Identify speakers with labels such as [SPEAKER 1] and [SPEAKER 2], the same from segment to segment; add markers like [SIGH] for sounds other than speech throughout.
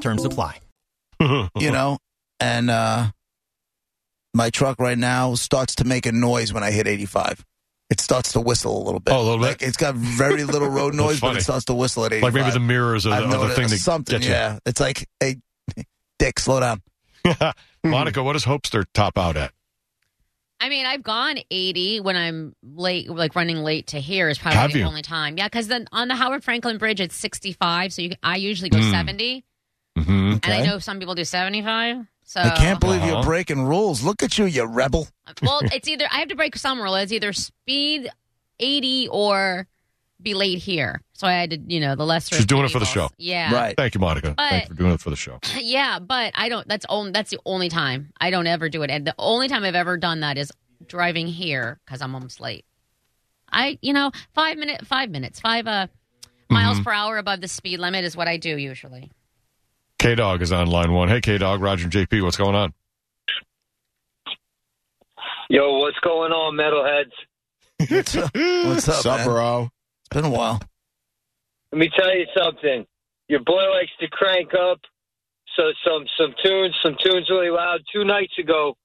[SPEAKER 1] Terms apply.
[SPEAKER 2] [LAUGHS]
[SPEAKER 3] you know, and uh, my truck right now starts to make a noise when I hit 85. It starts to whistle a little bit.
[SPEAKER 2] Oh, a little bit?
[SPEAKER 3] Like, it's got very little
[SPEAKER 2] [LAUGHS]
[SPEAKER 3] road noise, but
[SPEAKER 2] funny.
[SPEAKER 3] it starts to whistle at 85.
[SPEAKER 2] Like maybe the mirrors or the
[SPEAKER 3] I've
[SPEAKER 2] other
[SPEAKER 3] noticed
[SPEAKER 2] thing that
[SPEAKER 3] something.
[SPEAKER 2] gets you.
[SPEAKER 3] yeah, it's like, hey, Dick, slow down.
[SPEAKER 2] [LAUGHS] Monica, what does Hopester top out at?
[SPEAKER 4] I mean, I've gone 80 when I'm late, like running late to here is probably
[SPEAKER 2] Have
[SPEAKER 4] the
[SPEAKER 2] you?
[SPEAKER 4] only time. Yeah, because then on the Howard Franklin Bridge, it's 65. So you, I usually go
[SPEAKER 2] Hmm.
[SPEAKER 4] 70.
[SPEAKER 2] Mm-hmm.
[SPEAKER 4] And I
[SPEAKER 3] Okay.
[SPEAKER 4] know some people do 75. So
[SPEAKER 5] Oh.
[SPEAKER 3] I can't believe
[SPEAKER 2] Uh-huh.
[SPEAKER 3] you're breaking rules. Look at you, you rebel.
[SPEAKER 4] Well, it's either, I have to break some rule. It's either speed 80 or be late here. So I had to, you know, the lesser.
[SPEAKER 2] She's
[SPEAKER 4] of
[SPEAKER 2] doing it
[SPEAKER 4] two
[SPEAKER 2] for the
[SPEAKER 4] evils.
[SPEAKER 2] show.
[SPEAKER 4] Yeah.
[SPEAKER 3] Right.
[SPEAKER 2] Thank you, Monica.
[SPEAKER 4] But-
[SPEAKER 2] Thanks for doing it for the show.
[SPEAKER 4] Yeah, but I don't. That's only that's the only time I don't ever do it, and the only time I've ever done that is driving here because I'm almost late. I, you know, five minute, five minutes, five uh, miles
[SPEAKER 2] Mm-hmm.
[SPEAKER 4] per hour above the speed limit is what I do usually.
[SPEAKER 2] K Dog is on line one. Hey, K Dog, Roger and JP, what's going on?
[SPEAKER 5] Yo, what's going on, metalheads?
[SPEAKER 3] What's up, What's up, man?
[SPEAKER 6] bro?
[SPEAKER 3] It's been a while.
[SPEAKER 5] Let me tell you something. Your boy likes to crank up so some some tunes, some tunes really loud. Two nights ago,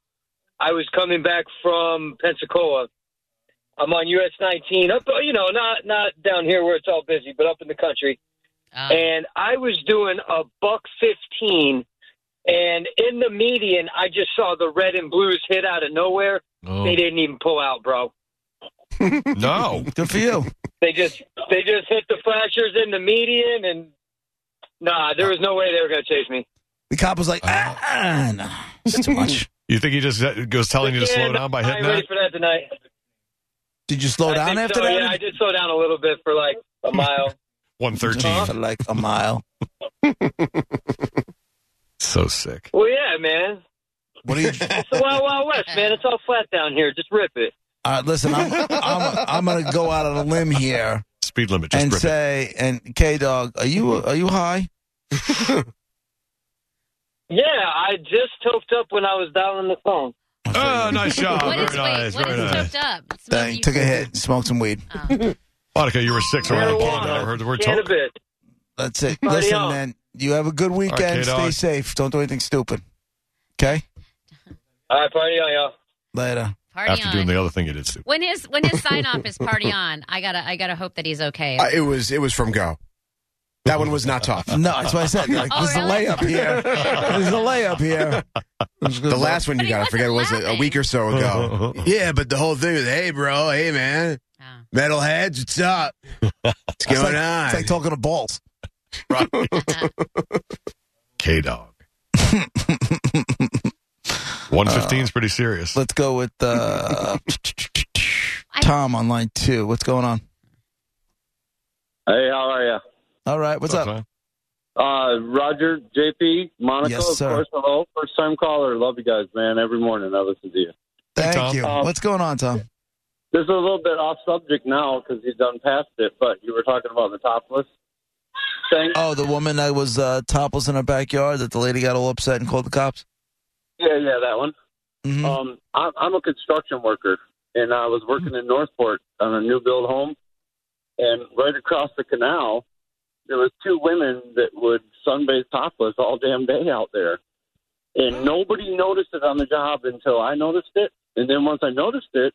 [SPEAKER 5] I was coming back from Pensacola. I'm on US 19 up, uh, you know, not not down here where it's all busy, but up in the country.
[SPEAKER 4] Uh,
[SPEAKER 5] and I was doing a buck fifteen, and in the median, I just saw the red and blues hit out of nowhere.
[SPEAKER 2] Oh,
[SPEAKER 5] They didn't even pull out, bro.
[SPEAKER 2] no.
[SPEAKER 3] Good for you.
[SPEAKER 2] [LAUGHS]
[SPEAKER 5] They just they just hit the flashers in the median, and nah, there was no way they were gonna chase me.
[SPEAKER 3] The cop was like,
[SPEAKER 2] Uh-huh.
[SPEAKER 3] ah, ah, no, it's too
[SPEAKER 2] [LAUGHS]
[SPEAKER 3] much.
[SPEAKER 2] You think he just goes telling you to slow
[SPEAKER 5] And
[SPEAKER 2] down by
[SPEAKER 5] I
[SPEAKER 2] hitting
[SPEAKER 5] ain't ready
[SPEAKER 2] that?
[SPEAKER 5] for that tonight.
[SPEAKER 3] Did you slow
[SPEAKER 5] I
[SPEAKER 3] down
[SPEAKER 5] think
[SPEAKER 3] after
[SPEAKER 5] so,
[SPEAKER 3] that?
[SPEAKER 5] Yeah, I did slow down a little bit for like a
[SPEAKER 3] [LAUGHS]
[SPEAKER 5] mile.
[SPEAKER 3] For
[SPEAKER 2] 113.
[SPEAKER 3] like a mile.
[SPEAKER 2] So sick.
[SPEAKER 5] well, yeah, man.
[SPEAKER 3] What are you?
[SPEAKER 2] [LAUGHS]
[SPEAKER 5] It's the Wild Wild West, man. It's all flat down here. Just rip it.
[SPEAKER 3] All right, Uh, listen, I'm, I'm, I'm going to go out on a limb here
[SPEAKER 2] Speed limit just
[SPEAKER 3] and
[SPEAKER 2] rip it.
[SPEAKER 3] say, and K Dog, are you are you high?
[SPEAKER 5] Yeah, I just toped up when I was dialing the phone.
[SPEAKER 2] Oh, nice job.
[SPEAKER 4] what
[SPEAKER 2] very
[SPEAKER 4] is
[SPEAKER 2] nice.
[SPEAKER 4] wait, what
[SPEAKER 2] very
[SPEAKER 4] is
[SPEAKER 2] nice.
[SPEAKER 4] hooked up? It's what
[SPEAKER 3] Dang,
[SPEAKER 4] you-
[SPEAKER 3] took a hit, and smoked some weed.
[SPEAKER 2] [LAUGHS]
[SPEAKER 4] Oh.
[SPEAKER 2] Monica, you were six around the
[SPEAKER 5] Marijuana,
[SPEAKER 2] pond. I never heard the word toke.
[SPEAKER 5] cannabis.
[SPEAKER 3] That's it.
[SPEAKER 5] Party
[SPEAKER 3] listen,
[SPEAKER 5] on.
[SPEAKER 3] man, you have a good
[SPEAKER 2] K-Dog.
[SPEAKER 3] weekend. Stay safe. Don't do anything stupid. Okay?
[SPEAKER 5] All right, party on, y'all.
[SPEAKER 3] Later.
[SPEAKER 4] party
[SPEAKER 2] After
[SPEAKER 4] on.
[SPEAKER 2] doing the other thing you did, Stu.
[SPEAKER 4] when his when his sign off is party on, I gotta I gotta hope that he's okay.
[SPEAKER 6] Uh, it was it was from Go. That one was not tough.
[SPEAKER 3] Uh, No, that's what I
[SPEAKER 4] [LAUGHS]
[SPEAKER 3] said. Like,
[SPEAKER 4] Oh,
[SPEAKER 3] there's
[SPEAKER 4] really?
[SPEAKER 3] a layup here. There's a layup here.
[SPEAKER 6] The last one
[SPEAKER 4] But
[SPEAKER 6] you
[SPEAKER 4] he
[SPEAKER 6] got, I
[SPEAKER 4] wasn't
[SPEAKER 6] forget, it was a, a
[SPEAKER 4] laughing.
[SPEAKER 6] week or so ago.
[SPEAKER 2] [LAUGHS]
[SPEAKER 6] yeah, but the whole thing was, hey, bro, hey, man,
[SPEAKER 4] Oh.
[SPEAKER 6] metalheads, what's up? What's
[SPEAKER 3] It's
[SPEAKER 6] going
[SPEAKER 3] like-
[SPEAKER 6] on?
[SPEAKER 3] It's like talking to balls.
[SPEAKER 4] uh,
[SPEAKER 3] [LAUGHS]
[SPEAKER 2] K Dog. 115
[SPEAKER 3] Uh,
[SPEAKER 2] is pretty serious.
[SPEAKER 3] Let's go with uh,
[SPEAKER 4] [LAUGHS]
[SPEAKER 3] Tom on line two. What's going on?
[SPEAKER 5] Hey, how are you?
[SPEAKER 3] All right, what's, up?
[SPEAKER 2] man?
[SPEAKER 5] Uh, Roger, JP, Monica,
[SPEAKER 3] Yes, sir.
[SPEAKER 5] of course, hello. First time caller. Love you guys, man. Every morning I listen to you.
[SPEAKER 3] Thank
[SPEAKER 2] Tom.
[SPEAKER 3] you.
[SPEAKER 5] Um,
[SPEAKER 3] what's going on, Tom?
[SPEAKER 5] This is a little bit off subject now because he's done past it, but you were talking about the topless thing.
[SPEAKER 3] Oh, the woman that was uh, topless in her backyard that the lady got all upset and called the cops?
[SPEAKER 5] yeah, yeah, that one.
[SPEAKER 3] hmm
[SPEAKER 5] Um, I'm, I'm a construction worker, and I was working in Northport on a new build home, and right across the canal, there was two women that would sunbathe topless all damn day out there, and nobody noticed it on the job until I noticed it, and then once I noticed it,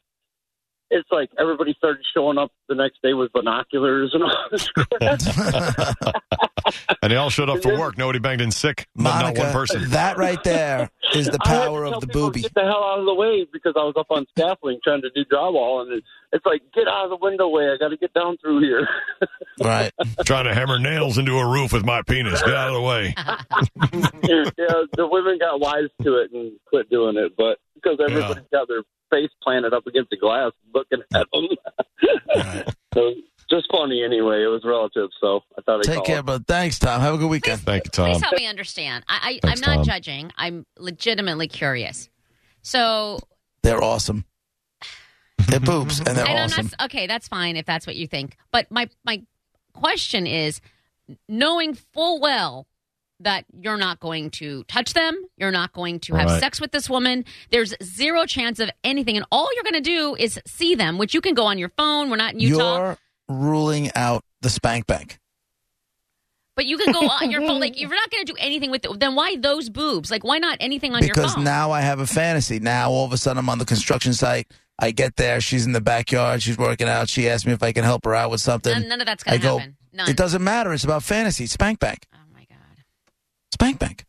[SPEAKER 5] it's like everybody started showing up the next day with binoculars
[SPEAKER 3] [LAUGHS]
[SPEAKER 5] and all this [LAUGHS] crap.
[SPEAKER 2] and they all showed up for work. Nobody banged in sick. Not-
[SPEAKER 3] Monica,
[SPEAKER 2] not one person.
[SPEAKER 3] that right there is the
[SPEAKER 5] [LAUGHS] I had to
[SPEAKER 3] power
[SPEAKER 5] tell
[SPEAKER 3] of the
[SPEAKER 5] people to
[SPEAKER 3] booby.
[SPEAKER 5] Get the hell out of the way because I was up on scaffolding trying to do drywall, and it, it's like, get out of the window way. I got to get down through here.
[SPEAKER 3] Right.
[SPEAKER 2] Trying to hammer nails into a roof with my penis. Get out of the way.
[SPEAKER 5] yeah, the women got wise to it and quit doing it, but because everybody's got their face planted up against the glass, looking at them. [LAUGHS] so just funny me anyway. It was relative, so I thought I'd
[SPEAKER 3] Take
[SPEAKER 5] call.
[SPEAKER 3] care, brother. Thanks, Tom. Have a good weekend.
[SPEAKER 2] Thank you,
[SPEAKER 4] Please
[SPEAKER 2] Tom.
[SPEAKER 4] help me understand. I, I I'm
[SPEAKER 2] Thanks,
[SPEAKER 4] not
[SPEAKER 2] Tom.
[SPEAKER 4] judging. I'm legitimately curious. So,
[SPEAKER 3] They're awesome. They're boobs, and they're
[SPEAKER 4] and I'm
[SPEAKER 3] awesome.
[SPEAKER 4] not okay. That's fine if that's what you think. But my my question is, knowing full well that you're not going to touch them, you're not going to have
[SPEAKER 2] Right.
[SPEAKER 4] sex with this woman. There's zero chance of anything, and all you're going to do is see them, which you can go on your phone. We're not in Utah,
[SPEAKER 3] You're ruling out the spank bank.
[SPEAKER 4] but you
[SPEAKER 3] [LAUGHS]
[SPEAKER 4] can go on your phone. Like you're not going to do anything with it. Then why those boobs? Like why not anything on your
[SPEAKER 3] because
[SPEAKER 4] phone?
[SPEAKER 3] now I have a fantasy. Now all of a sudden I'm on the construction site. I get there. She's in the backyard. She's working out. She asked me if I can help her out with something.
[SPEAKER 4] none, none of that's
[SPEAKER 3] I
[SPEAKER 4] going to
[SPEAKER 3] go,
[SPEAKER 4] happen. None.
[SPEAKER 3] It doesn't matter. It's about fantasy. Spank bank.
[SPEAKER 4] oh my god.
[SPEAKER 3] Spank bank.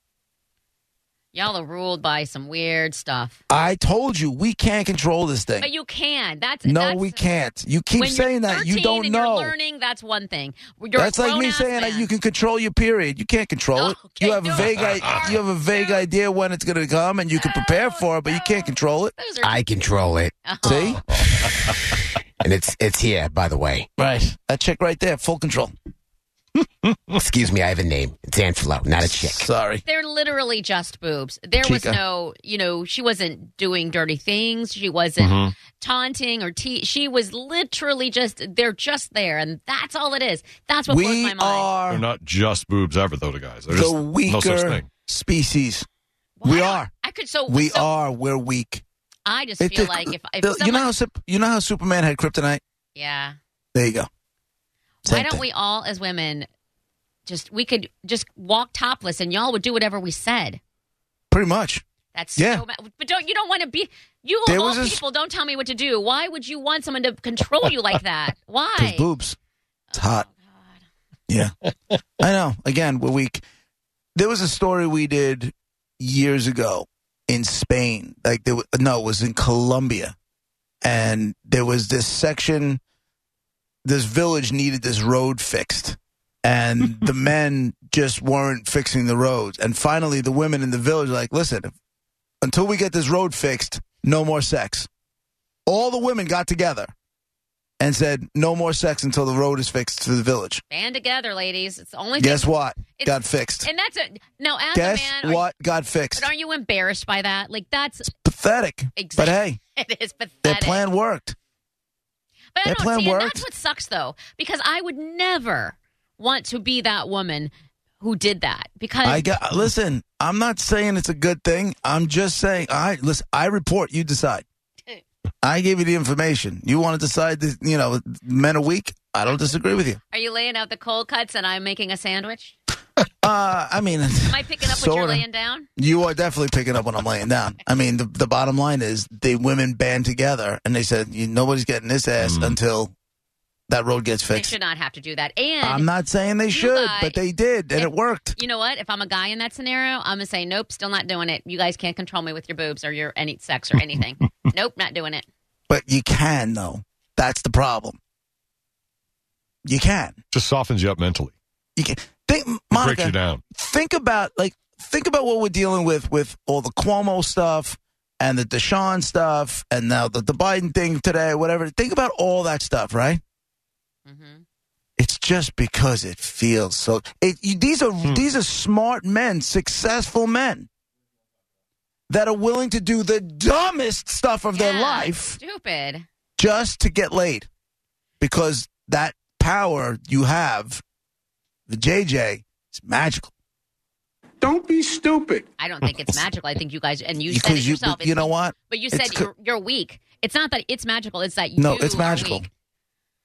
[SPEAKER 4] Y'all are ruled by some weird stuff.
[SPEAKER 3] I told you we can't control this thing.
[SPEAKER 4] But you can. That's
[SPEAKER 3] No,
[SPEAKER 4] that's,
[SPEAKER 3] we can't. You keep
[SPEAKER 4] when
[SPEAKER 3] saying
[SPEAKER 4] you're
[SPEAKER 3] that. You
[SPEAKER 4] 13
[SPEAKER 3] don't
[SPEAKER 4] and
[SPEAKER 3] know.
[SPEAKER 4] You're learning. That's one thing. You're a
[SPEAKER 3] That's like me
[SPEAKER 4] grown-ass
[SPEAKER 3] saying that
[SPEAKER 4] man.
[SPEAKER 3] you can control your period. You can't control it.
[SPEAKER 4] Okay,
[SPEAKER 3] you have
[SPEAKER 4] no,
[SPEAKER 3] a vague
[SPEAKER 4] you
[SPEAKER 3] I-
[SPEAKER 4] can't.
[SPEAKER 3] you have a vague idea when it's going to come, and you can prepare for it, but you can't control it.
[SPEAKER 4] Those are,
[SPEAKER 7] I control it,
[SPEAKER 4] oh,
[SPEAKER 3] See,
[SPEAKER 7] and it's it's here. By the way,
[SPEAKER 3] right? That chick right there, full control.
[SPEAKER 7] excuse me, I have a name. It's Angelo, not a chick.
[SPEAKER 3] Sorry.
[SPEAKER 4] They're literally just boobs. There was
[SPEAKER 3] Chica.
[SPEAKER 4] no, you know, she wasn't doing dirty things. She wasn't
[SPEAKER 3] Mm-hmm.
[SPEAKER 2] Mhm.
[SPEAKER 4] taunting or te- she was literally just. They're just there, and that's all it is. That's what blows
[SPEAKER 3] we
[SPEAKER 4] my mind.
[SPEAKER 2] They're
[SPEAKER 3] are
[SPEAKER 2] not just boobs ever, though, the guys. They're
[SPEAKER 3] the
[SPEAKER 2] just no
[SPEAKER 3] weaker
[SPEAKER 2] such thing.
[SPEAKER 3] species.
[SPEAKER 4] Why
[SPEAKER 3] we
[SPEAKER 4] don't-
[SPEAKER 3] are.
[SPEAKER 4] I could so
[SPEAKER 3] We
[SPEAKER 4] so
[SPEAKER 3] are. We're weak.
[SPEAKER 4] I just
[SPEAKER 3] It-
[SPEAKER 4] feel
[SPEAKER 3] it-
[SPEAKER 4] like if, if
[SPEAKER 3] the-
[SPEAKER 4] someone,
[SPEAKER 3] you know how Sup- you know how Superman had kryptonite.
[SPEAKER 4] yeah.
[SPEAKER 3] There you go.
[SPEAKER 4] Why
[SPEAKER 3] Same
[SPEAKER 4] don't
[SPEAKER 3] thing.
[SPEAKER 4] we all, as women, just we could just walk topless and y'all would do whatever we said.
[SPEAKER 3] Pretty much.
[SPEAKER 4] That's
[SPEAKER 3] Yeah.
[SPEAKER 4] so. Ma- but don't you don't want to be you of
[SPEAKER 3] There
[SPEAKER 4] all
[SPEAKER 3] was this-
[SPEAKER 4] people don't tell me what to do. Why would you want someone to control you like
[SPEAKER 3] [LAUGHS]
[SPEAKER 4] that?
[SPEAKER 3] Because
[SPEAKER 4] Why? Oh,
[SPEAKER 3] boobs. It's hot. Yeah. I know. Again, we're weak. There was a story we did years ago in Spain. Like there was, no, it was in Colombia. And there was this section this village needed this road fixed. And the men just weren't fixing the roads. And finally the women in the village were like, listen, until we get this road fixed, no more sex. All the women got together and said, "No more sex until the road is fixed to the village."
[SPEAKER 4] Band together, ladies. It's the only thing.
[SPEAKER 3] Guess what?
[SPEAKER 4] It's-
[SPEAKER 3] Got fixed.
[SPEAKER 4] And that's it. Now, as
[SPEAKER 3] Guess
[SPEAKER 4] a man, are,
[SPEAKER 3] what? Got fixed.
[SPEAKER 4] but aren't you embarrassed by that? Like that's [LAUGHS]
[SPEAKER 3] Pathetic. But
[SPEAKER 4] Exactly.
[SPEAKER 3] hey,
[SPEAKER 4] it is pathetic.
[SPEAKER 3] their plan worked.
[SPEAKER 4] But I
[SPEAKER 3] That
[SPEAKER 4] don't
[SPEAKER 3] plan
[SPEAKER 4] see, and
[SPEAKER 3] worked.
[SPEAKER 4] that's what sucks though, because I would never want to be that woman who did that. Because
[SPEAKER 3] I got. Listen, I'm not saying it's a good thing. I'm just saying. I listen. I report. You decide. I gave you the information. You want to decide that you know men are weak. I don't disagree with you.
[SPEAKER 4] are you laying out the cold cuts and I'm making a sandwich?
[SPEAKER 3] Uh, I
[SPEAKER 4] [LAUGHS]
[SPEAKER 3] mean,
[SPEAKER 4] Am I picking up what
[SPEAKER 3] Sorta.
[SPEAKER 4] you're laying down?
[SPEAKER 3] You are definitely picking up when I'm laying down. I mean, the, the bottom line is the women band together and they said, "You- nobody's getting this ass until that road gets
[SPEAKER 4] They
[SPEAKER 3] fixed.
[SPEAKER 4] should not have to do that. And
[SPEAKER 3] I'm not saying they should,
[SPEAKER 4] guys-
[SPEAKER 3] but they did, and
[SPEAKER 4] Yeah.
[SPEAKER 3] it worked.
[SPEAKER 4] you know what? If I'm a guy in that scenario, I'm gonna say nope, still not doing it. You guys can't control me with your boobs or your any sex
[SPEAKER 3] [LAUGHS]
[SPEAKER 4] or anything. nope, not doing it.
[SPEAKER 3] But you can, though. That's the problem. You can.
[SPEAKER 2] Just softens you up mentally.
[SPEAKER 3] You can. Think,
[SPEAKER 2] It breaks you
[SPEAKER 3] Monica,
[SPEAKER 2] down.
[SPEAKER 3] think about, like, think about what we're dealing with with all the Cuomo stuff and the Deshaun stuff and now the, the Biden thing today, whatever. Think about all that stuff, right?
[SPEAKER 4] hmm
[SPEAKER 3] It's just because it feels so. It, you, these are
[SPEAKER 2] Hmm.
[SPEAKER 3] these are smart men, successful men that are willing to do the dumbest stuff of their life
[SPEAKER 4] Stupid.
[SPEAKER 3] just to get laid, because that power you have, the JJ, is magical.
[SPEAKER 8] Don't be stupid.
[SPEAKER 4] I don't think it's magical. I think you guys and you said it
[SPEAKER 3] Because you,
[SPEAKER 4] yourself.
[SPEAKER 3] you know
[SPEAKER 4] It's-
[SPEAKER 3] what?
[SPEAKER 4] but you
[SPEAKER 3] it's
[SPEAKER 4] said
[SPEAKER 3] co-
[SPEAKER 4] you're, you're weak. It's not that it's magical. It's that you
[SPEAKER 3] No, it's
[SPEAKER 4] are
[SPEAKER 3] magical.
[SPEAKER 4] weak.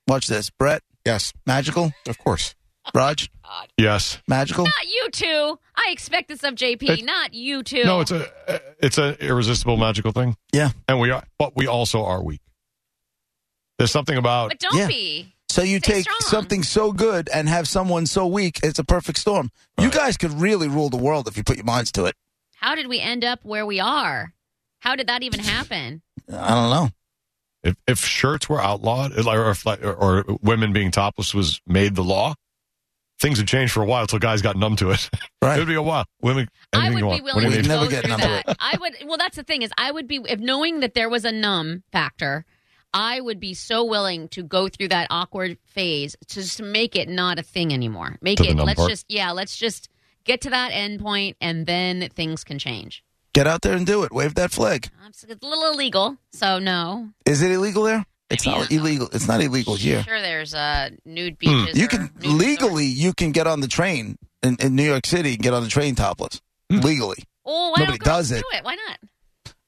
[SPEAKER 3] Watch this, Brett.
[SPEAKER 7] Yes,
[SPEAKER 3] Magical,
[SPEAKER 7] of course.
[SPEAKER 3] Raj.
[SPEAKER 2] Yes.
[SPEAKER 4] [LAUGHS]
[SPEAKER 3] Magical.
[SPEAKER 4] Not you two. I expect this of JP.
[SPEAKER 2] It-
[SPEAKER 4] not you two.
[SPEAKER 2] No, it's a uh, it's an irresistible magical thing.
[SPEAKER 3] Yeah.
[SPEAKER 2] And we are, but we also are weak. There's something about
[SPEAKER 4] but don't
[SPEAKER 3] Yeah.
[SPEAKER 4] be.
[SPEAKER 3] So you
[SPEAKER 4] Stay
[SPEAKER 3] take
[SPEAKER 4] strong.
[SPEAKER 3] something so good and have someone so weak. It's a perfect storm. You
[SPEAKER 2] Right.
[SPEAKER 3] guys could really rule the world if you put your minds to it.
[SPEAKER 4] How did we end up where we are? How did that even happen?
[SPEAKER 3] I don't know.
[SPEAKER 2] if, if shirts were outlawed, or if like, or, or women being topless was made the law, things would change for a while until guys got numb to it. [LAUGHS]
[SPEAKER 3] Right.
[SPEAKER 2] it would be a while. Women,
[SPEAKER 4] I
[SPEAKER 2] anything
[SPEAKER 4] would
[SPEAKER 2] you
[SPEAKER 4] be
[SPEAKER 2] want. What
[SPEAKER 4] willing
[SPEAKER 2] do you
[SPEAKER 4] to
[SPEAKER 3] We'd
[SPEAKER 2] mean?
[SPEAKER 3] never
[SPEAKER 4] go
[SPEAKER 3] get
[SPEAKER 4] through
[SPEAKER 3] numb to
[SPEAKER 4] that. I would. Well, that's the thing is, I would be if knowing that there was a numb factor. I would be so willing to go through that awkward phase to just make it not a thing anymore. Make
[SPEAKER 2] To the
[SPEAKER 4] it.
[SPEAKER 2] numb
[SPEAKER 4] Let's
[SPEAKER 2] part.
[SPEAKER 4] just yeah. Let's just get to that end point, and then things can change.
[SPEAKER 3] Get out there and do it. Wave that flag.
[SPEAKER 4] Um, so It's a little illegal, so no.
[SPEAKER 3] Is it illegal there? It's
[SPEAKER 4] mean, I
[SPEAKER 3] not
[SPEAKER 4] don't know.
[SPEAKER 3] illegal. It's not illegal here.
[SPEAKER 4] Sure, there's uh, nude
[SPEAKER 2] Hmm.
[SPEAKER 4] beaches.
[SPEAKER 3] You
[SPEAKER 4] or
[SPEAKER 3] can
[SPEAKER 4] nude resorts.
[SPEAKER 3] legally you can get on the train in, in New York City and get on the train topless
[SPEAKER 2] Hmm.
[SPEAKER 3] legally
[SPEAKER 4] Oh, why
[SPEAKER 3] nobody
[SPEAKER 4] don't
[SPEAKER 3] does
[SPEAKER 4] girls
[SPEAKER 3] it.
[SPEAKER 4] Do it. Why not?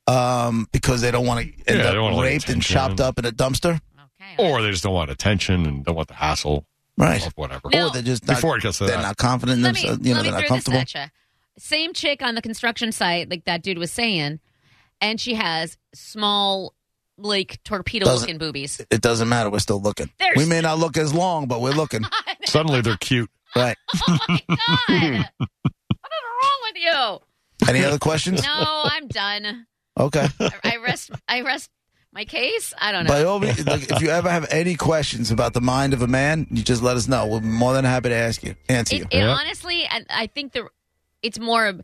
[SPEAKER 3] um, because they don't want to end
[SPEAKER 2] they don't wanna
[SPEAKER 3] up
[SPEAKER 2] let
[SPEAKER 3] raped and
[SPEAKER 2] attention.
[SPEAKER 3] chopped up in a dumpster.
[SPEAKER 4] Okay.
[SPEAKER 2] Or they just don't want attention and don't want the hassle
[SPEAKER 3] Right.
[SPEAKER 2] of whatever.
[SPEAKER 4] No.
[SPEAKER 3] Or they're just not,
[SPEAKER 2] Before it gets to
[SPEAKER 3] they're
[SPEAKER 2] that.
[SPEAKER 3] not confident. In
[SPEAKER 4] let me,
[SPEAKER 3] themselves. you know,
[SPEAKER 4] let me
[SPEAKER 3] they're not
[SPEAKER 4] throw
[SPEAKER 3] comfortable.
[SPEAKER 4] this at you. Same chick on the construction site, like that dude was saying, and she has small, like torpedo-looking boobies.
[SPEAKER 3] [LAUGHS] It doesn't matter. We're still looking.
[SPEAKER 4] There's-
[SPEAKER 3] we may not look as long, but we're
[SPEAKER 4] [LAUGHS]
[SPEAKER 3] looking.
[SPEAKER 2] Suddenly they're cute.
[SPEAKER 3] right.
[SPEAKER 4] oh my god! what is wrong with
[SPEAKER 3] Any other questions?
[SPEAKER 4] you? No, I'm done.
[SPEAKER 3] Okay.
[SPEAKER 4] I, I rest. I rest my case. I don't know.
[SPEAKER 3] By all means, look, if you ever have any questions about the mind of a man, you just let us know. We'll be more than happy to ask you, answer
[SPEAKER 4] It,
[SPEAKER 3] you.
[SPEAKER 4] it
[SPEAKER 2] Yeah.
[SPEAKER 4] honestly, I, I think the it's more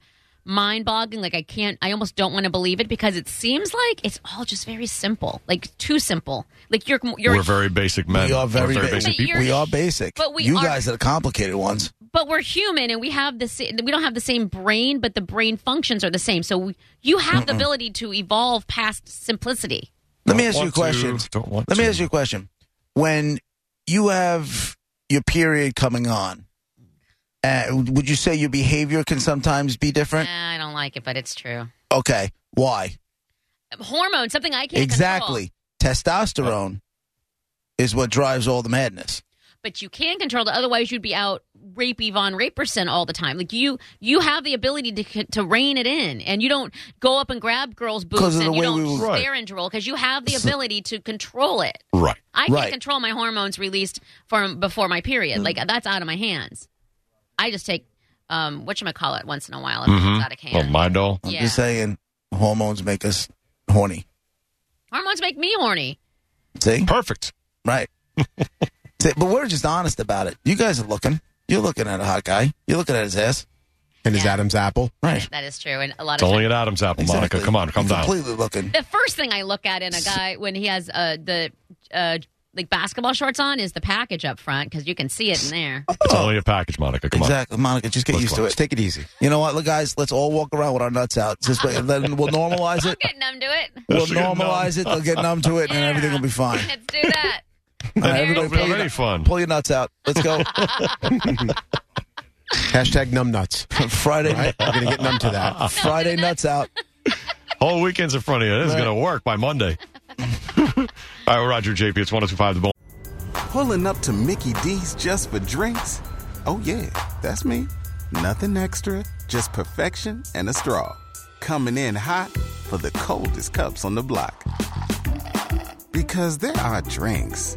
[SPEAKER 4] mind-boggling. Like I can't, I almost don't want to believe it because it seems like it's all just very simple, like too simple. Like you're, you're,
[SPEAKER 2] We're very basic men.
[SPEAKER 3] We are
[SPEAKER 2] We're
[SPEAKER 3] very, ba-
[SPEAKER 2] basic
[SPEAKER 4] But you're-
[SPEAKER 2] people.
[SPEAKER 3] We are basic.
[SPEAKER 4] But we
[SPEAKER 3] you
[SPEAKER 4] are-
[SPEAKER 3] guys are the complicated ones.
[SPEAKER 4] but we're human and we have the sa- we don't have the same brain, but the brain functions are the same. So we, you have the ability to evolve past simplicity.
[SPEAKER 3] Let me
[SPEAKER 2] Don't
[SPEAKER 3] ask you a
[SPEAKER 2] want to,
[SPEAKER 3] question.
[SPEAKER 2] don't want
[SPEAKER 3] Let me
[SPEAKER 2] to.
[SPEAKER 3] ask you a question. When you have your period coming on, uh, would you say your behavior can sometimes be different?
[SPEAKER 4] Nah, I don't like it, but it's true.
[SPEAKER 3] Okay. Why?
[SPEAKER 4] Hormones, something I can't control.
[SPEAKER 3] Exactly. Testosterone is what drives all the madness.
[SPEAKER 4] but you can control it. Otherwise, you'd be out rapey von raperson all the time. Like you, you have the ability to c- to rein it in, and you don't go up and grab girls'
[SPEAKER 3] Because
[SPEAKER 4] boobs
[SPEAKER 3] of the
[SPEAKER 4] and you
[SPEAKER 3] way
[SPEAKER 4] don't
[SPEAKER 3] we were-
[SPEAKER 4] stare and drool because you have the ability to control it.
[SPEAKER 2] Right.
[SPEAKER 4] I can't
[SPEAKER 3] Right.
[SPEAKER 4] control my hormones released from before my period. Like that's out of my hands. I just take um what call it once in a while if it's out of
[SPEAKER 2] Well,
[SPEAKER 4] hand.
[SPEAKER 2] Mm-hmm. Oh, my doll.
[SPEAKER 3] I'm
[SPEAKER 4] yeah,
[SPEAKER 3] just saying, hormones make us horny.
[SPEAKER 4] hormones make me horny.
[SPEAKER 3] See?
[SPEAKER 2] Perfect. [LAUGHS]
[SPEAKER 3] Right. See, but we're just honest about it. You guys are looking. You're looking at a hot guy. You're looking at his ass.
[SPEAKER 7] And
[SPEAKER 4] his
[SPEAKER 7] Adam's apple.
[SPEAKER 3] Right.
[SPEAKER 4] That is true, and a lot
[SPEAKER 2] It's
[SPEAKER 4] of times-
[SPEAKER 2] only an Adam's apple, Monica.
[SPEAKER 3] Exactly.
[SPEAKER 2] Come on, come
[SPEAKER 3] You're
[SPEAKER 2] down.
[SPEAKER 3] Completely looking.
[SPEAKER 4] the first thing I look at in a guy when he has uh, the uh, like basketball shorts on is the package up front because you can see it in there.
[SPEAKER 2] It's only a package, Monica. Come
[SPEAKER 3] exactly, Monica. Just get
[SPEAKER 2] Let's
[SPEAKER 3] used
[SPEAKER 2] go.
[SPEAKER 3] to it.
[SPEAKER 7] Take it easy.
[SPEAKER 3] You know what, look, guys? Let's all walk around with our nuts out. Just wait, then we'll normalize
[SPEAKER 4] [LAUGHS]
[SPEAKER 3] it.
[SPEAKER 4] Get numb to it.
[SPEAKER 3] [LAUGHS] We'll
[SPEAKER 2] Let's get numb.
[SPEAKER 3] normalize it. They'll get numb to it, and
[SPEAKER 4] Yeah.
[SPEAKER 3] everything will be
[SPEAKER 4] [LAUGHS]
[SPEAKER 3] fine.
[SPEAKER 4] Let's do that.
[SPEAKER 3] All right,
[SPEAKER 4] There's
[SPEAKER 2] on.
[SPEAKER 3] everybody,
[SPEAKER 2] We
[SPEAKER 3] pull
[SPEAKER 2] have
[SPEAKER 3] your,
[SPEAKER 2] any
[SPEAKER 3] nut-
[SPEAKER 2] fun.
[SPEAKER 3] pull your nuts out. Let's go.
[SPEAKER 7] Hashtag numb nuts.
[SPEAKER 3] Friday,
[SPEAKER 7] Right? I'm going to get numb to that.
[SPEAKER 3] Friday nuts out.
[SPEAKER 2] Whole weekend's in front of you. This is going to work by Monday. [LAUGHS] All right, Roger JP. It's 1025 The Bull.
[SPEAKER 9] Pulling up to Mickey D's just for drinks? Oh, yeah, that's me. Nothing extra, just perfection and a straw. Coming in hot for the coldest cups on the block. Because there are drinks,